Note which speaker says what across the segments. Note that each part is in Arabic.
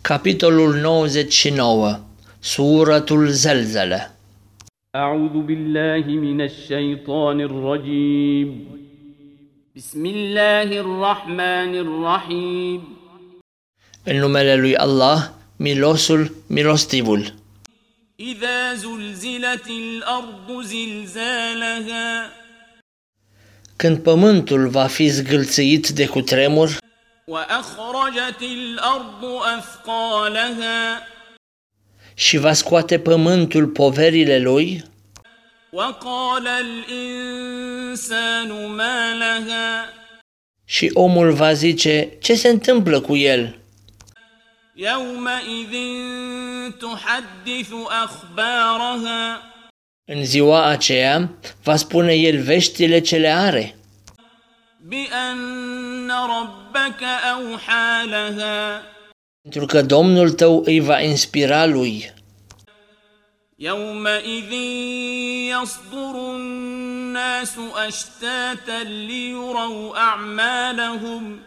Speaker 1: Capitolul 99 Suratul Zelzele
Speaker 2: أعوذ بالله من الشيطان الرجيم بسم الله الرحمن الرحيم
Speaker 1: În numele lui Allah, milosul, milostivul.
Speaker 2: إذا زلزلت الأرض زلزالها
Speaker 1: Când pământul va fi zgâlțit de cutremur
Speaker 2: وأخرجت الأرض أثقالها
Speaker 1: și va scoate pământul poverile lui,
Speaker 2: وقال الإنسان ما لها
Speaker 1: și omul va zice, ce se întâmplă cu el?
Speaker 2: يومئذ تحدث أخبارها
Speaker 1: În ziua aceea va spune el veștile ce le are,
Speaker 2: بأن ربك أوحى لها
Speaker 1: pentru că Domnul tău îi va inspira lui.
Speaker 2: يومئذ يصدر الناس أشتاتا ليروا أعمالهم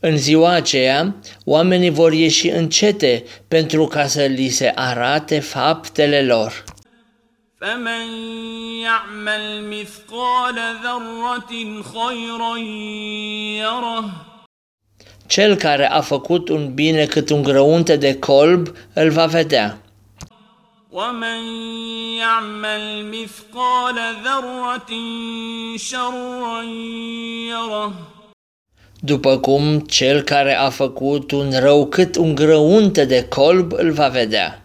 Speaker 1: În ziua aceea, oamenii vor ieși în cete pentru ca să li se arate faptele lor.
Speaker 2: فمن يعمل مثقال ذرة خيرا يره
Speaker 1: Cel care a făcut un bine cât un grăunte de colb îl va vedea,
Speaker 2: ومن يعمل مثقال ذرة شرا يره
Speaker 1: după cum cel care a făcut un rău cât un grăunte de colb îl va vedea.